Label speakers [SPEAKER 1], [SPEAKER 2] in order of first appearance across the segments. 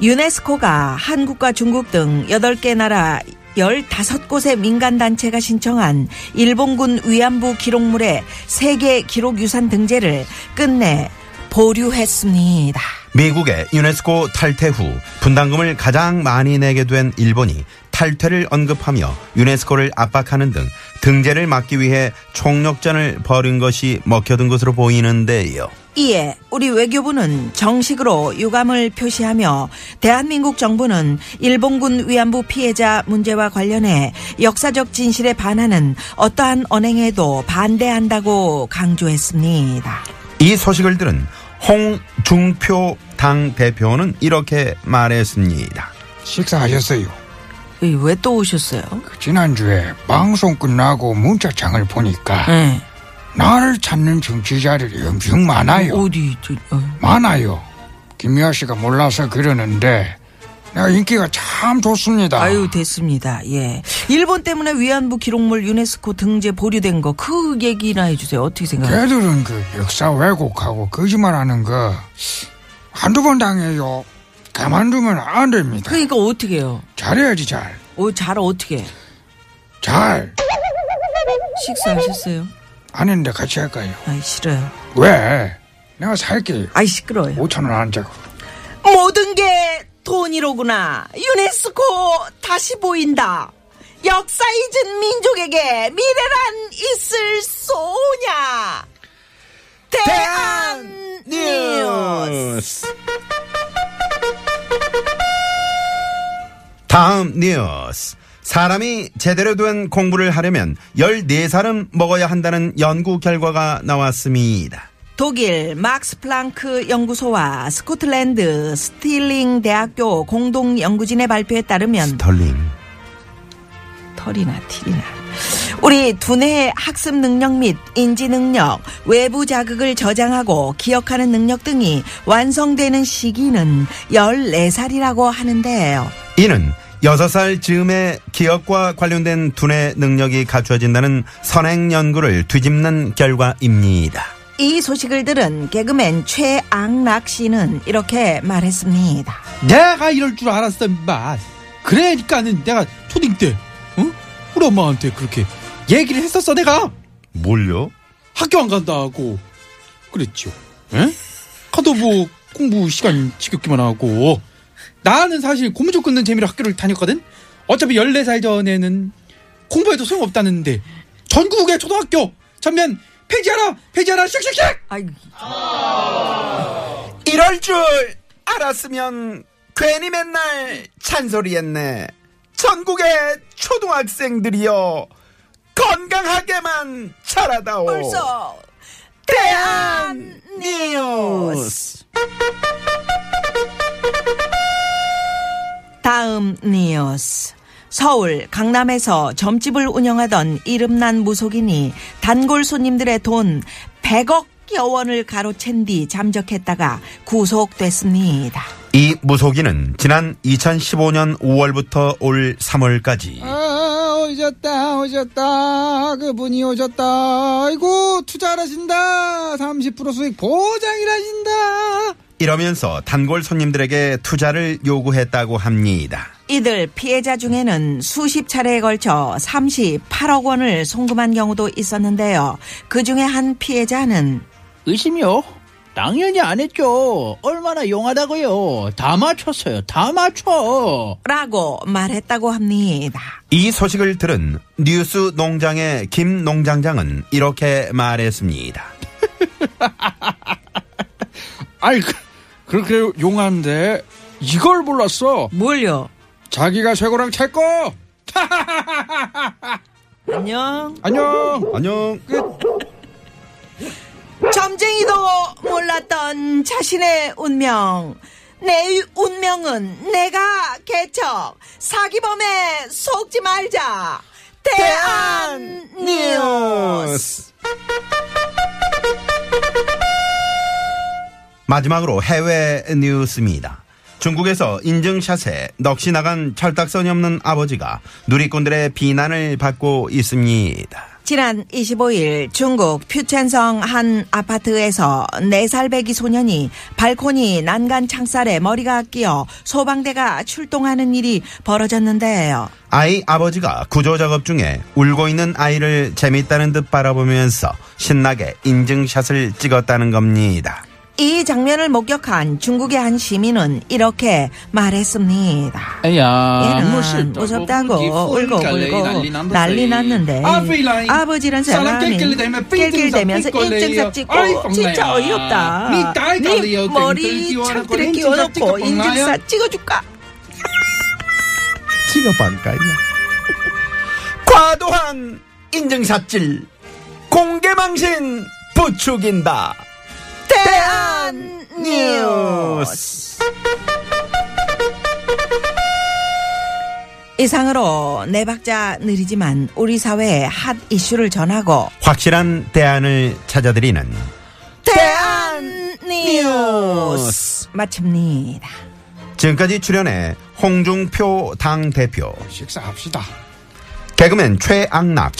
[SPEAKER 1] 유네스코가 한국과 중국 등 8개 나라 15곳의 민간단체가 신청한 일본군 위안부 기록물의 세계 기록유산 등재를 끝내 보류했습니다.
[SPEAKER 2] 미국의 유네스코 탈퇴 후 분담금을 가장 많이 내게 된 일본이 탈퇴를 언급하며 유네스코를 압박하는 등 등재를 막기 위해 총력전을 벌인 것이 먹혀든 것으로 보이는데요.
[SPEAKER 1] 이에 우리 외교부는 정식으로 유감을 표시하며 대한민국 정부는 일본군 위안부 피해자 문제와 관련해 역사적 진실에 반하는 어떠한 언행에도 반대한다고 강조했습니다.
[SPEAKER 2] 이 소식을 들은 홍중표 당 대표는 이렇게 말했습니다.
[SPEAKER 3] 식사하셨어요?
[SPEAKER 1] 예, 왜 또 오셨어요?
[SPEAKER 3] 그 지난주에 방송 끝나고 문자창을 보니까
[SPEAKER 1] 네.
[SPEAKER 3] 나를 찾는 정치자들이 엄청 많아요.
[SPEAKER 1] 어디 저, 어.
[SPEAKER 3] 많아요. 김미아 씨가 몰라서 그러는데 내가 인기가 참 좋습니다.
[SPEAKER 1] 아유 됐습니다. 예. 일본 때문에 위안부 기록물 유네스코 등재 보류된 거 그 얘기나 해주세요. 어떻게 생각하세요?
[SPEAKER 3] 걔들은 그 역사 왜곡하고 거짓말하는 거 한두 번 당해요. 가만두면 안 됩니다.
[SPEAKER 1] 그러니까 어떻게 해요?
[SPEAKER 3] 잘해야지 잘.
[SPEAKER 1] 어, 잘 어떻게 해?
[SPEAKER 3] 잘.
[SPEAKER 1] 식사하셨어요?
[SPEAKER 3] 안 했는데 같이 할까요?
[SPEAKER 1] 아이 싫어요.
[SPEAKER 3] 왜? 내가 살게요.
[SPEAKER 1] 아이 시끄러워요.
[SPEAKER 3] 5천 원안 짜고.
[SPEAKER 1] 모든 게 돈이로구나. 유네스코 다시 보인다. 역사 잊은 민족에게 미래란 있을 소냐. 대한 뉴스.
[SPEAKER 2] 다음 뉴스. 사람이 제대로 된 공부를 하려면 14살은 먹어야 한다는 연구 결과가 나왔습니다.
[SPEAKER 1] 독일 막스 플랑크 연구소와 스코틀랜드 스틸링 대학교 공동 연구진의 발표에 따르면
[SPEAKER 2] 덜링.
[SPEAKER 1] 털이나 티나. 우리 두뇌의 학습 능력 및 인지 능력, 외부 자극을 저장하고 기억하는 능력 등이 완성되는 시기는 14살이라고 하는데요.
[SPEAKER 2] 이는 6살 즈음에 기억과 관련된 두뇌 능력이 갖추어진다는 선행 연구를 뒤집는 결과입니다.
[SPEAKER 1] 이 소식을 들은 개그맨 최악락 씨는 이렇게 말했습니다.
[SPEAKER 4] 내가 이럴 줄 알았어, 임마. 그러니까는 내가 초딩 때, 응? 우리 엄마한테 그렇게 얘기를 했었어, 내가.
[SPEAKER 2] 뭘요?
[SPEAKER 4] 학교 안 간다 하고. 그랬지요. 응? 하도 뭐, 공부 시간 지겹기만 하고. 나는 사실 고무줄 끊는 재미로 학교를 다녔거든? 어차피 14살 전에는 공부해도 소용없다는데. 전국의 초등학교! 전면 폐지하라! 폐지하라! 씩씩씩!
[SPEAKER 1] 아이,
[SPEAKER 2] 이럴 줄 알았으면 괜히 맨날 찬소리했네. 전국의 초등학생들이여 건강하게만 자라다오.
[SPEAKER 1] 벌써
[SPEAKER 2] 대한 뉴스.
[SPEAKER 1] 다음 뉴스. 서울 강남에서 점집을 운영하던 이름난 무속인이 단골 손님들의 돈 100억 여 원을 가로챈 뒤 잠적했다가 구속됐습니다.
[SPEAKER 2] 이 무속인은 지난 2015년 5월부터 올
[SPEAKER 1] 어.
[SPEAKER 2] 3월까지
[SPEAKER 4] 아, 오셨다, 오셨다. 그분이 오셨다. 아이고, 투자하신다. 30% 수익 보장이라신다.
[SPEAKER 2] 이러면서 단골 손님들에게 투자를 요구했다고 합니다.
[SPEAKER 1] 이들 피해자 중에는 수십 차례에 걸쳐 38억 원을 송금한 경우도 있었는데요. 그 중에 한 피해자는
[SPEAKER 5] 의심이요? 당연히 안 했죠. 얼마나 용하다고요. 다 맞췄어요. 다 맞춰.
[SPEAKER 1] 라고 말했다고 합니다.
[SPEAKER 2] 이 소식을 들은 뉴스 농장의 김 농장장은 이렇게 말했습니다.
[SPEAKER 3] 아이 그- 그렇게 용한데 이걸 몰랐어.
[SPEAKER 1] 뭘요?
[SPEAKER 3] 자기가 쇠고랑 찰거
[SPEAKER 1] 안녕.
[SPEAKER 3] 안녕.
[SPEAKER 2] 안녕.
[SPEAKER 1] 점쟁이도 몰랐던 자신의 운명. 내 운명은 내가 개척. 사기범에 속지 말자. 대한 뉴스.
[SPEAKER 2] 마지막으로 해외 뉴스입니다. 중국에서 인증샷에 넋이 나간 철딱선이 없는 아버지가 누리꾼들의 비난을 받고 있습니다.
[SPEAKER 1] 지난 25일 중국 퓨첸성 한 아파트에서 4살 배기 소년이 발코니 난간 창살에 머리가 끼어 소방대가 출동하는 일이 벌어졌는데요.
[SPEAKER 2] 아이 아버지가 구조 작업 중에 울고 있는 아이를 재밌다는 듯 바라보면서 신나게 인증샷을 찍었다는 겁니다.
[SPEAKER 1] 이 장면을 목격한 중국의 한 시민은 이렇게 말했습니다. 아,
[SPEAKER 5] 야, 뭐
[SPEAKER 1] 얘는 무섭다고 뭐 울고 울고 난리 났는데 아버지란 사람이 낄낄대면서 인증샷 찍고 진짜 어이없다 네 머리 창틀에 끼워놓고 인증샷 찍어줄까
[SPEAKER 2] 찍어반가요. 과도한 인증샷질 공개망신 부추긴다.
[SPEAKER 1] 대한 뉴스 이상으로 네 박자 느리지만 우리 사회의 핫 이슈를 전하고
[SPEAKER 2] 확실한 대안을 찾아드리는
[SPEAKER 1] 대한 뉴스 마칩니다.
[SPEAKER 2] 지금까지 출연해 홍중표 당 대표,
[SPEAKER 3] 식사합시다.
[SPEAKER 2] 개그맨 최악락,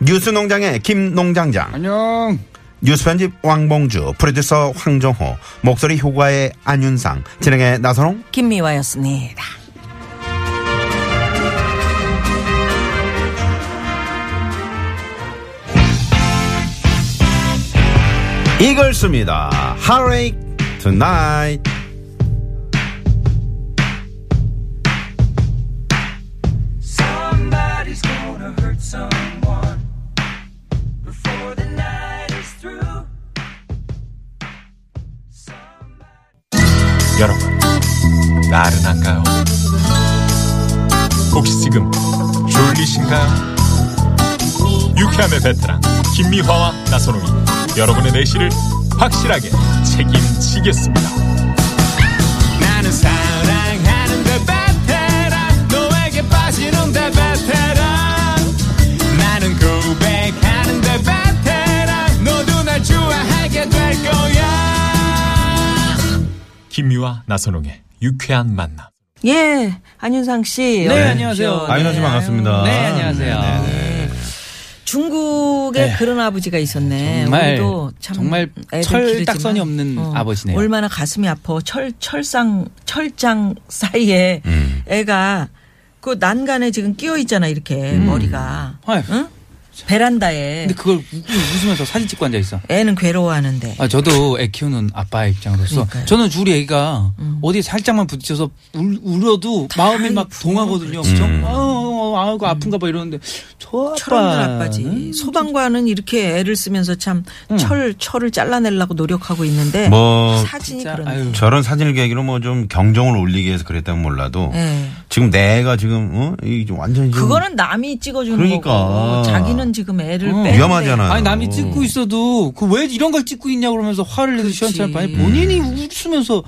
[SPEAKER 2] 뉴스농장의 김농장장,
[SPEAKER 3] 안녕.
[SPEAKER 2] 뉴스편집 왕봉주, 프로듀서 황정호, 목소리 효과의 안윤상, 진행의 나선홍.
[SPEAKER 1] 김미화였습니다.
[SPEAKER 2] 이걸스입니다. Heartache Tonight.
[SPEAKER 6] Somebody's gonna hurt someone before the night is through.
[SPEAKER 7] 여러분, 나른한가요? 혹시 지금 졸리신가요? 유쾌함의 베테랑 김미화와 나선홍이 여러분의 내실을 확실하게 책임지겠습니다. 나는 사랑하는데 베테랑 너에게 빠지는데 베테랑 나는 고백하는데 베테랑 너도 날 좋아하게 될 거야. 김유와 나선홍의 유쾌한 만남.
[SPEAKER 1] 예, 안윤상 씨.
[SPEAKER 5] 네,
[SPEAKER 1] 어서
[SPEAKER 5] 안녕하세요.
[SPEAKER 1] 오십시오.
[SPEAKER 2] 안윤상 씨
[SPEAKER 1] 네,
[SPEAKER 2] 반갑습니다.
[SPEAKER 1] 아유.
[SPEAKER 5] 네, 안녕하세요.
[SPEAKER 1] 중국에 그런 아버지가 있었네.
[SPEAKER 5] 네. 정말,
[SPEAKER 1] 우리도 참
[SPEAKER 5] 정말
[SPEAKER 1] 애들 기르지만,
[SPEAKER 5] 철딱선이
[SPEAKER 1] 어.
[SPEAKER 5] 없는 아버지네요.
[SPEAKER 1] 얼마나 가슴이 아파. 철 철상 철장 사이에
[SPEAKER 2] 음.
[SPEAKER 1] 애가 그 난간에 지금 끼어 있잖아 이렇게
[SPEAKER 2] 음.
[SPEAKER 1] 머리가.
[SPEAKER 5] 아휴.
[SPEAKER 1] 응? 베란다에
[SPEAKER 5] 근데 그걸 웃- 웃으면서 사진 찍고 앉아 있어.
[SPEAKER 1] 애는 괴로워하는데.
[SPEAKER 5] 아, 저도 애 키우는 아빠의 입장으로서
[SPEAKER 1] 그러니까요. 음.
[SPEAKER 5] 저는 우리 애가 어디 살짝만 부딪혀서 울, 울어도 마음이 막 동하거든요. 그죠? 어, 아우, 아우, 아우, 아픈가 봐 이러는데 저 아빠.
[SPEAKER 1] 음. 철없는 아빠지. 소방관은 이렇게 애를 쓰면서 참
[SPEAKER 5] 음.
[SPEAKER 1] 철 철을 잘라내려고 노력하고 있는데
[SPEAKER 2] 뭐
[SPEAKER 1] 사진이
[SPEAKER 5] 아, 진짜,
[SPEAKER 1] 그런.
[SPEAKER 5] 아유.
[SPEAKER 2] 저런 사진을 계기로 뭐 좀 경종을 울리기 위해서 그랬다면 몰라도
[SPEAKER 1] 예.
[SPEAKER 2] 지금 내가 지금 어? 이좀 완전히 지금
[SPEAKER 1] 그거는 남이 찍어주는
[SPEAKER 2] 그러니까.
[SPEAKER 1] 거고 자기는 지금 애를
[SPEAKER 5] 응.
[SPEAKER 1] 빼.
[SPEAKER 2] 위험하잖아요.
[SPEAKER 5] 아니 남이 찍고 있어도 그 왜 이런 걸 찍고 있냐 그러면서 화를 내도 시원찮을 바에 본인이 웃으면서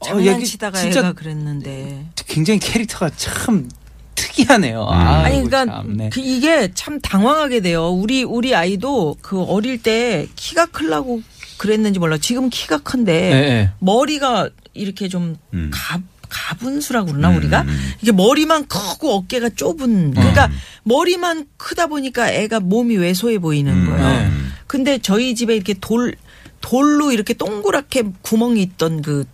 [SPEAKER 5] 아,
[SPEAKER 1] 장난치다가
[SPEAKER 5] 얘기 진짜
[SPEAKER 1] 애가 그랬는데.
[SPEAKER 5] 굉장히 캐릭터가 참 특이하네요. 아,
[SPEAKER 1] 아니 그러니까 그 이게 참 당황하게 돼요. 우리 우리 아이도 그 어릴 때 키가 크려고 그랬는지 몰라. 지금 키가 큰데
[SPEAKER 5] 네. 음.
[SPEAKER 1] 머리가 이렇게 좀 가, 가분수라고 그러나 우리가 이게 머리만 크고 어깨가 좁은 그러니까
[SPEAKER 5] 음.
[SPEAKER 1] 머리만 크다 보니까 애가 몸이 왜소해 보이는
[SPEAKER 2] 음.
[SPEAKER 1] 거예요.
[SPEAKER 5] 네.
[SPEAKER 1] 근데 저희 집에 이렇게 돌 돌로 이렇게 동그랗게 구멍이 있던 그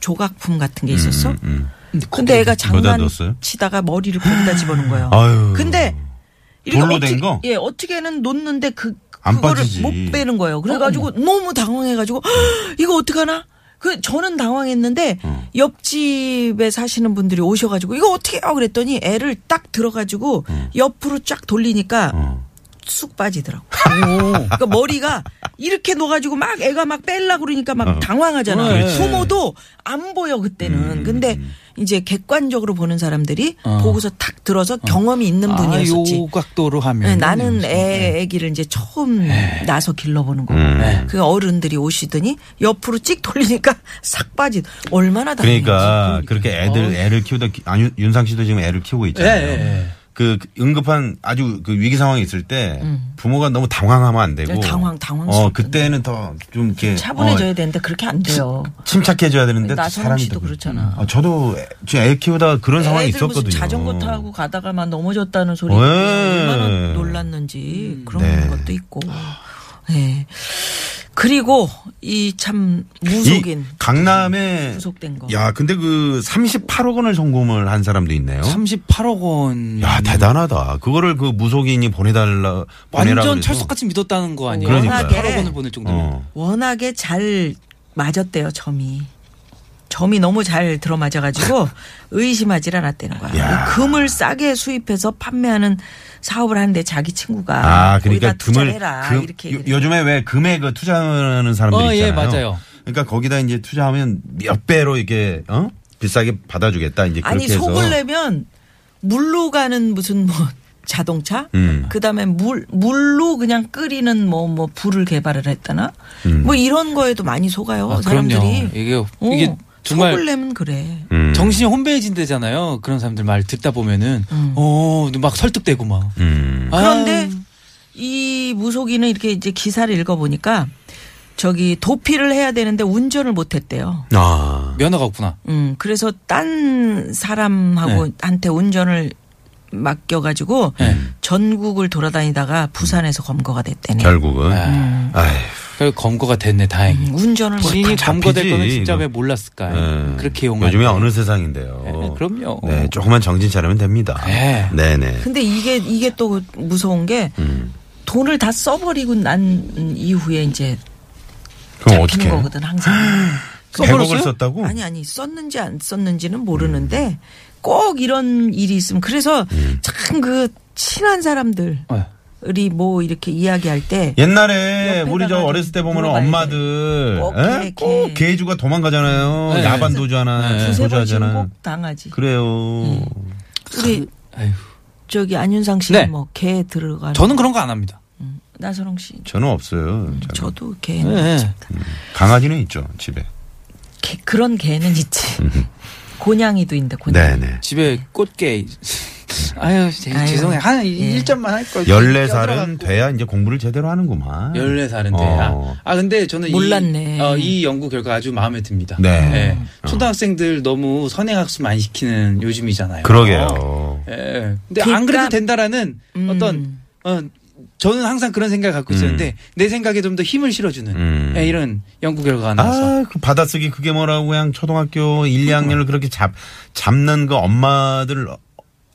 [SPEAKER 1] 조각품 같은 게 있었어.
[SPEAKER 2] 음.
[SPEAKER 1] 근데 애가
[SPEAKER 2] 뭐다 넣었어요?
[SPEAKER 1] 장난치다가 머리를 거기다 집어넣은 거예요.
[SPEAKER 2] 아유.
[SPEAKER 1] 근데 이렇게
[SPEAKER 2] 돌로
[SPEAKER 1] 어떻게-
[SPEAKER 2] 된 거?
[SPEAKER 1] 예, 어떻게는 놓는데 그
[SPEAKER 2] 안
[SPEAKER 1] 그거를
[SPEAKER 2] 빠지지.
[SPEAKER 1] 못 빼는 거예요. 그래가지고 너무 당황해가지고 "헉, 이거 어떡하나? 그 저는 당황했는데
[SPEAKER 2] 어.
[SPEAKER 1] 옆집에 사시는 분들이 오셔가지고 이거 어떻게 해요? 그랬더니 애를 딱 들어가지고 옆으로 쫙 돌리니까
[SPEAKER 2] 어.
[SPEAKER 1] 쑥 빠지더라고. 그러니까 머리가 이렇게 넣어가지고 막 애가 막 뺄라 그러니까 막 당황하잖아.
[SPEAKER 4] 그렇지.
[SPEAKER 1] 부모도 안 보여 그때는. 근데 이제 객관적으로 보는 사람들이
[SPEAKER 5] 어. 아,
[SPEAKER 1] 보고서 탁 들어서 경험이 있는 분이었었지.
[SPEAKER 5] 요 각도로 하면
[SPEAKER 1] 네, 나는 애, 아기를 이제 처음 나서 길러보는 거고. 그 어른들이 오시더니 옆으로 찍 돌리니까 싹 빠지. 얼마나 다른지.
[SPEAKER 2] 그러니까 그렇게 애들 애를 키우다 기- 안, 윤- 윤상 씨도 지금 애를 키우고 있잖아요.
[SPEAKER 4] 예, 예, 예.
[SPEAKER 2] 그 응급한 아주 그 위기 상황이 있을 때 부모가 너무 당황하면 안 되고
[SPEAKER 1] 음. 예, 당황, 당황스럽던데.
[SPEAKER 2] 어 그때는 더 좀 이렇게
[SPEAKER 1] 차분해져야
[SPEAKER 2] 어,
[SPEAKER 1] 되는데 그렇게 안 돼요.
[SPEAKER 2] 침착해져야 되는데 또
[SPEAKER 1] 나선홍
[SPEAKER 2] 사람이
[SPEAKER 1] 씨도
[SPEAKER 2] 또 그래.
[SPEAKER 1] 그렇잖아.
[SPEAKER 2] 아, 저도 애, 지금 애 키우다 그런 상황이
[SPEAKER 1] 애들 무슨
[SPEAKER 2] 있었거든요.
[SPEAKER 1] 자전거 타고 가다가만 넘어졌다는 소리
[SPEAKER 2] 네.
[SPEAKER 1] 얼마나 놀랐는지 그런
[SPEAKER 2] 네.
[SPEAKER 1] 것도 있고. 네. 그리고 이 참
[SPEAKER 2] 이
[SPEAKER 1] 무속인
[SPEAKER 2] 강남에
[SPEAKER 1] 구속된 거.
[SPEAKER 2] 야 근데 그 38억 원을 송금을 한 사람도 있네요.
[SPEAKER 5] 38억 원.
[SPEAKER 2] 야 대단하다. 그거를 그 무속인이 보내달라 보내라
[SPEAKER 5] 완전
[SPEAKER 2] 그래서.
[SPEAKER 5] 철석같이 믿었다는 거 아니에요?
[SPEAKER 2] 그러니까요.
[SPEAKER 5] 38억 원을 보낼 정도면.
[SPEAKER 2] 어.
[SPEAKER 1] 워낙에 잘 맞았대요 점이. 점이 너무 잘 들어맞아가지고 의심하질 않았다는 거야.
[SPEAKER 2] 야.
[SPEAKER 1] 이 금을 싸게 수입해서 판매하는 사업을 하는데 자기 친구가
[SPEAKER 2] 아, 그러니까
[SPEAKER 1] 거기다 투자를
[SPEAKER 2] 금을
[SPEAKER 1] 해라
[SPEAKER 2] 금-
[SPEAKER 1] 이렇게
[SPEAKER 2] 요,
[SPEAKER 1] 얘기를 네.
[SPEAKER 2] 요즘에 왜 금에 그 투자하는 사람들이
[SPEAKER 5] 어, 예,
[SPEAKER 2] 있잖아요.
[SPEAKER 5] 맞아요.
[SPEAKER 2] 그러니까 거기다 이제 투자하면 몇 배로 이게 어? 비싸게 받아주겠다 이제 예, 그렇게
[SPEAKER 1] 아니
[SPEAKER 2] 해서
[SPEAKER 1] 속을 내면 물로 가는 무슨 뭐 자동차
[SPEAKER 2] 음.
[SPEAKER 1] 그다음에 물 물로 그냥 끓이는 뭐 뭐 불을 개발을 했다나
[SPEAKER 2] 음.
[SPEAKER 1] 뭐 이런 거에도 많이 속아요
[SPEAKER 5] 아,
[SPEAKER 1] 어, 사람들이
[SPEAKER 5] 그럼요. 이게
[SPEAKER 1] 어,
[SPEAKER 5] 이게 정말
[SPEAKER 1] 속을 내면 그래
[SPEAKER 2] 음.
[SPEAKER 5] 정신이 혼배해진대잖아요. 그런 사람들 말 듣다 보면은 어, 막 설득되고 막.
[SPEAKER 2] 음.
[SPEAKER 1] 음. 그런데
[SPEAKER 5] 아유,
[SPEAKER 1] 이 무속인은 이렇게 이제 기사를 읽어보니까 저기 도피를 해야 되는데 운전을 못했대요
[SPEAKER 2] 아.
[SPEAKER 5] 면허가 없구나.
[SPEAKER 1] 음, 그래서 딴
[SPEAKER 2] 네.
[SPEAKER 1] 사람하고 한테 운전을 맡겨가지고
[SPEAKER 5] 네.
[SPEAKER 1] 전국을 돌아다니다가 부산에서 검거가 됐대네.
[SPEAKER 2] 결국은
[SPEAKER 5] 아.
[SPEAKER 2] 아휴.
[SPEAKER 5] 그래서 검거가 됐네 다행히.
[SPEAKER 1] 음, 운전을 못.
[SPEAKER 5] 본인이
[SPEAKER 2] 다
[SPEAKER 5] 검거될
[SPEAKER 2] 잡히지,
[SPEAKER 5] 거는 진짜
[SPEAKER 2] 이거.
[SPEAKER 5] 왜 몰랐을까?
[SPEAKER 2] 예.
[SPEAKER 5] 네. 그렇게 용한.
[SPEAKER 2] 요즘에 어느 세상인데요.
[SPEAKER 5] 예, 그럼요.
[SPEAKER 2] 네, 조금만 정신 차리면 됩니다.
[SPEAKER 5] 예.
[SPEAKER 2] 네, 네.
[SPEAKER 1] 근데 이게 이게 또 무서운 게
[SPEAKER 2] 음.
[SPEAKER 1] 돈을 다 써버리고 난 이후에 이제
[SPEAKER 2] 그럼
[SPEAKER 1] 잡히는
[SPEAKER 2] 어떻게?
[SPEAKER 1] 거거든 항상.
[SPEAKER 2] 100억을 썼다고?
[SPEAKER 1] 아니 아니 썼는지 안 썼는지는
[SPEAKER 2] 음.
[SPEAKER 1] 모르는데 꼭 이런 일이 있으면 그래서 참 그 친한 사람들이
[SPEAKER 5] 네.
[SPEAKER 1] 뭐 이렇게 이야기할 때
[SPEAKER 2] 옛날에
[SPEAKER 1] 옆에다가
[SPEAKER 2] 우리 저
[SPEAKER 1] 좀
[SPEAKER 2] 어렸을 때 보면
[SPEAKER 1] 물어봐야
[SPEAKER 2] 엄마들
[SPEAKER 1] 꼭 개,
[SPEAKER 2] 에? 꼭
[SPEAKER 1] 개.
[SPEAKER 2] 개주가 도망가잖아요.
[SPEAKER 5] 네.
[SPEAKER 2] 야반 도주하나
[SPEAKER 1] 두세 번씩 음.
[SPEAKER 2] 도주하잖아.
[SPEAKER 1] 꼭 당하지.
[SPEAKER 2] 그래요.
[SPEAKER 1] 우리
[SPEAKER 5] 아휴.
[SPEAKER 1] 저기 안윤상 씨는
[SPEAKER 5] 네.
[SPEAKER 1] 뭐 개 들어가는
[SPEAKER 5] 저는 그런 거 안 합니다.
[SPEAKER 1] 나선홍 씨
[SPEAKER 2] 저는 없어요. 저는.
[SPEAKER 1] 저도 개
[SPEAKER 5] 예.
[SPEAKER 2] 강아지는 있죠 집에.
[SPEAKER 1] 개- 그런 개는 있지. 고양이도 있는데 고양이.
[SPEAKER 2] 네네.
[SPEAKER 5] 집에 꽃게. 아유, 제-
[SPEAKER 1] 아유.
[SPEAKER 5] 죄송해요. 한
[SPEAKER 1] 예.
[SPEAKER 5] 일점만할 걸. 음.
[SPEAKER 2] 14살은 돼야 이제 공부를 제대로 하는구만.
[SPEAKER 5] 14살인데.
[SPEAKER 2] 어.
[SPEAKER 5] 아, 근데 저는
[SPEAKER 1] 몰랐네.
[SPEAKER 5] 이, 어, 이 연구 결과 아주 마음에 듭니다.
[SPEAKER 2] 네.
[SPEAKER 5] 예. 초등학생들 너무 선행학습 많이 시키는 요즘이잖아요.
[SPEAKER 2] 그러게요.
[SPEAKER 5] 예. 근데
[SPEAKER 1] 그러니까-
[SPEAKER 5] 안 그래도 된다라는
[SPEAKER 1] 음.
[SPEAKER 5] 어떤, 어, 저는 항상 그런 생각 갖고 있었는데 내 생각에 좀 더 힘을 실어주는
[SPEAKER 2] 음.
[SPEAKER 5] 예, 이런 연구 결과가 나와서.
[SPEAKER 2] 아, 그 받아쓰기 그게 뭐라고 그냥 초등학교 1, 2학년을 그렇게 잡, 잡는 그 엄마들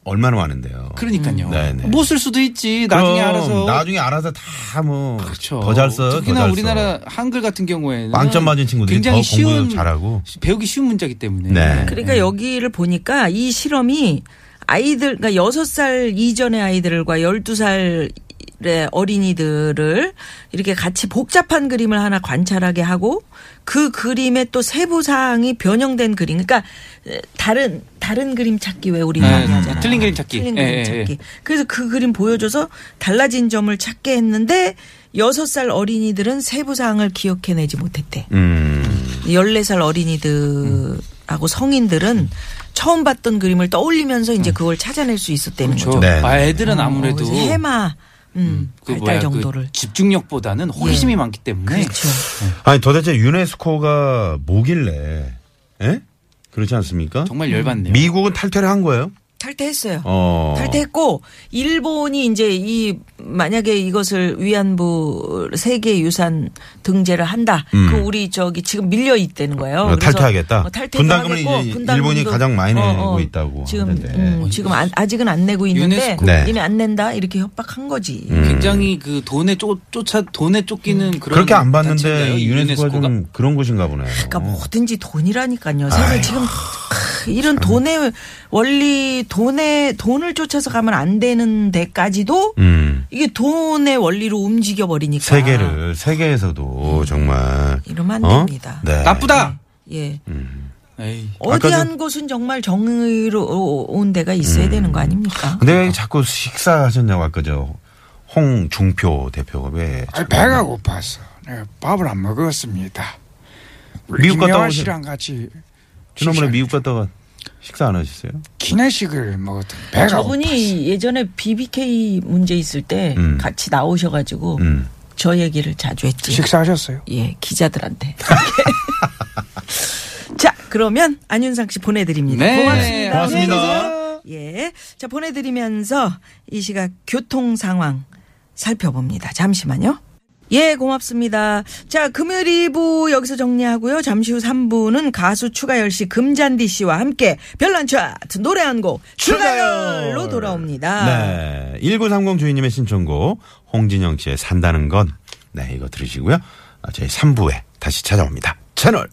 [SPEAKER 2] 얼마나 많은데요.
[SPEAKER 5] 그러니까요.
[SPEAKER 2] 음. 네, 네.
[SPEAKER 5] 못 쓸 수도 있지. 나중에
[SPEAKER 2] 그럼
[SPEAKER 5] 알아서.
[SPEAKER 2] 나중에 알아서 다 뭐.
[SPEAKER 5] 그렇죠.
[SPEAKER 2] 더 잘 써요. 더
[SPEAKER 5] 특히나
[SPEAKER 2] 잘 써.
[SPEAKER 5] 우리나라 한글 같은 경우에는
[SPEAKER 2] 빵점 맞은 친구들이
[SPEAKER 5] 굉장히
[SPEAKER 2] 더 공부
[SPEAKER 5] 쉬운
[SPEAKER 2] 잘하고.
[SPEAKER 5] 배우기 쉬운 문자기 때문에.
[SPEAKER 2] 네.
[SPEAKER 1] 그러니까 여기를 보니까 이 실험이 아이들 그러니까 여섯 살 이전의 아이들과 열두 살의 어린이들을 이렇게 같이 복잡한 그림을 하나 관찰하게 하고 그 그림의 또 세부 사항이 변형된 그림 그러니까 다른 다른 그림 찾기 왜 우리
[SPEAKER 5] 네,
[SPEAKER 1] 많이 하잖아요.
[SPEAKER 5] 틀린 그림 찾기.
[SPEAKER 1] 틀린
[SPEAKER 5] 예,
[SPEAKER 1] 그림
[SPEAKER 5] 예,
[SPEAKER 1] 찾기.
[SPEAKER 5] 예.
[SPEAKER 1] 그래서 그 그림 보여줘서 달라진 점을 찾게 했는데 여섯 살 어린이들은 세부 사항을 기억해내지 못했대.
[SPEAKER 2] 음.
[SPEAKER 1] 14살 어린이들하고 성인들은 처음 봤던 그림을 떠올리면서 이제 그걸 찾아낼 수 있었다는
[SPEAKER 5] 음. 그렇죠.
[SPEAKER 1] 거죠.
[SPEAKER 2] 네.
[SPEAKER 5] 아, 애들은
[SPEAKER 1] 어,
[SPEAKER 5] 아무래도
[SPEAKER 1] 그래서 해마 음,
[SPEAKER 5] 그
[SPEAKER 1] 발달
[SPEAKER 5] 뭐야, 그 네.
[SPEAKER 1] 정도를.
[SPEAKER 5] 집중력보다는 호기심이 많기 때문에
[SPEAKER 1] 그렇죠.
[SPEAKER 2] 아니, 도대체 유네스코가 뭐길래, 예? 그렇지 않습니까?
[SPEAKER 5] 정말 열받네요.
[SPEAKER 2] 미국은 탈퇴를 한 거예요?
[SPEAKER 1] 탈퇴했어요.
[SPEAKER 2] 어.
[SPEAKER 1] 탈퇴했고 일본이 이제 이 만약에 이것을 위안부 세계 유산 등재를 한다.
[SPEAKER 2] 음.
[SPEAKER 1] 그 우리 저기 지금 밀려 있다는 거예요.
[SPEAKER 2] 어,
[SPEAKER 1] 그래서
[SPEAKER 2] 탈퇴하겠다?
[SPEAKER 1] 어, 탈퇴도
[SPEAKER 2] 분담금을
[SPEAKER 1] 하겠고 어,
[SPEAKER 2] 이제 일본이 가장 많이 내고 있다고
[SPEAKER 1] 지금
[SPEAKER 2] 하는데.
[SPEAKER 1] 음, 지금 안- 아직은 안 내고 있는데
[SPEAKER 5] 어, 유네스코.
[SPEAKER 2] 네. 음.
[SPEAKER 1] 니네 안 낸다 이렇게 협박한 거지.
[SPEAKER 5] 굉장히 그 돈에 쫓, 쫓아 돈에 쫓기는 그런
[SPEAKER 2] 그렇게 안 봤는데
[SPEAKER 5] 단체인가요?
[SPEAKER 1] 뭐
[SPEAKER 2] 이 유네스코가 좀 그런 곳인가 보네요.
[SPEAKER 1] 그러니까 뭐든지 돈이라니까요. 사실 지금 이런 돈의 원리 돈의 돈을 쫓아서 가면 안 되는 데까지도
[SPEAKER 2] 음.
[SPEAKER 1] 이게 돈의 원리로 움직여 버리니까
[SPEAKER 2] 세계를 세계에서도 정말
[SPEAKER 1] 이러면 안 됩니다.
[SPEAKER 2] 네.
[SPEAKER 5] 나쁘다.
[SPEAKER 1] 예
[SPEAKER 5] 에이.
[SPEAKER 1] 어디
[SPEAKER 2] 음. 아까도- 음.
[SPEAKER 1] 한 곳은 정말 정의로운 데가 있어야 되는 거 아닙니까?
[SPEAKER 2] 근데 왜 자꾸 식사하셨냐고 아까죠. 홍중표 대표가 왜
[SPEAKER 3] 아니, 배가 고파서 내가 밥을 안 먹었습니다. 우리
[SPEAKER 2] 미국 갔다
[SPEAKER 3] 김여하
[SPEAKER 2] 오신-
[SPEAKER 3] 씨랑 같이
[SPEAKER 2] 지난번에
[SPEAKER 3] 식사-
[SPEAKER 2] 미국 갔다가 식사 안 하셨어요?
[SPEAKER 3] 기내식을 먹었던 배가
[SPEAKER 1] 저분이 예전에 BBK 문제 있을 때
[SPEAKER 2] 음.
[SPEAKER 1] 같이 나오셔가지고
[SPEAKER 2] 음.
[SPEAKER 1] 저 얘기를 자주 했지.
[SPEAKER 3] 고파서 식사하셨어요?
[SPEAKER 1] 예, 기자들한테. 자, 그러면 안윤상 씨 보내드립니다.
[SPEAKER 5] 네.
[SPEAKER 1] 고맙습니다.
[SPEAKER 2] 고맙습니다.
[SPEAKER 1] 안녕히 계세요. 예. 자, 보내드리면서 이 시각 교통 상황 살펴봅니다. 잠시만요. 예, 고맙습니다. 자, 금요일 2부 여기서 정리하고요. 잠시 후 3부는 가수 추가열 씨, 금잔디 씨와 함께 별난 차트 노래 한 곡 추가열로 돌아옵니다.
[SPEAKER 2] 네. 1930 주인님의 신청곡 홍진영 씨의 산다는 건 네, 이거 들으시고요. 아, 저희 3부에 다시 찾아옵니다. 채널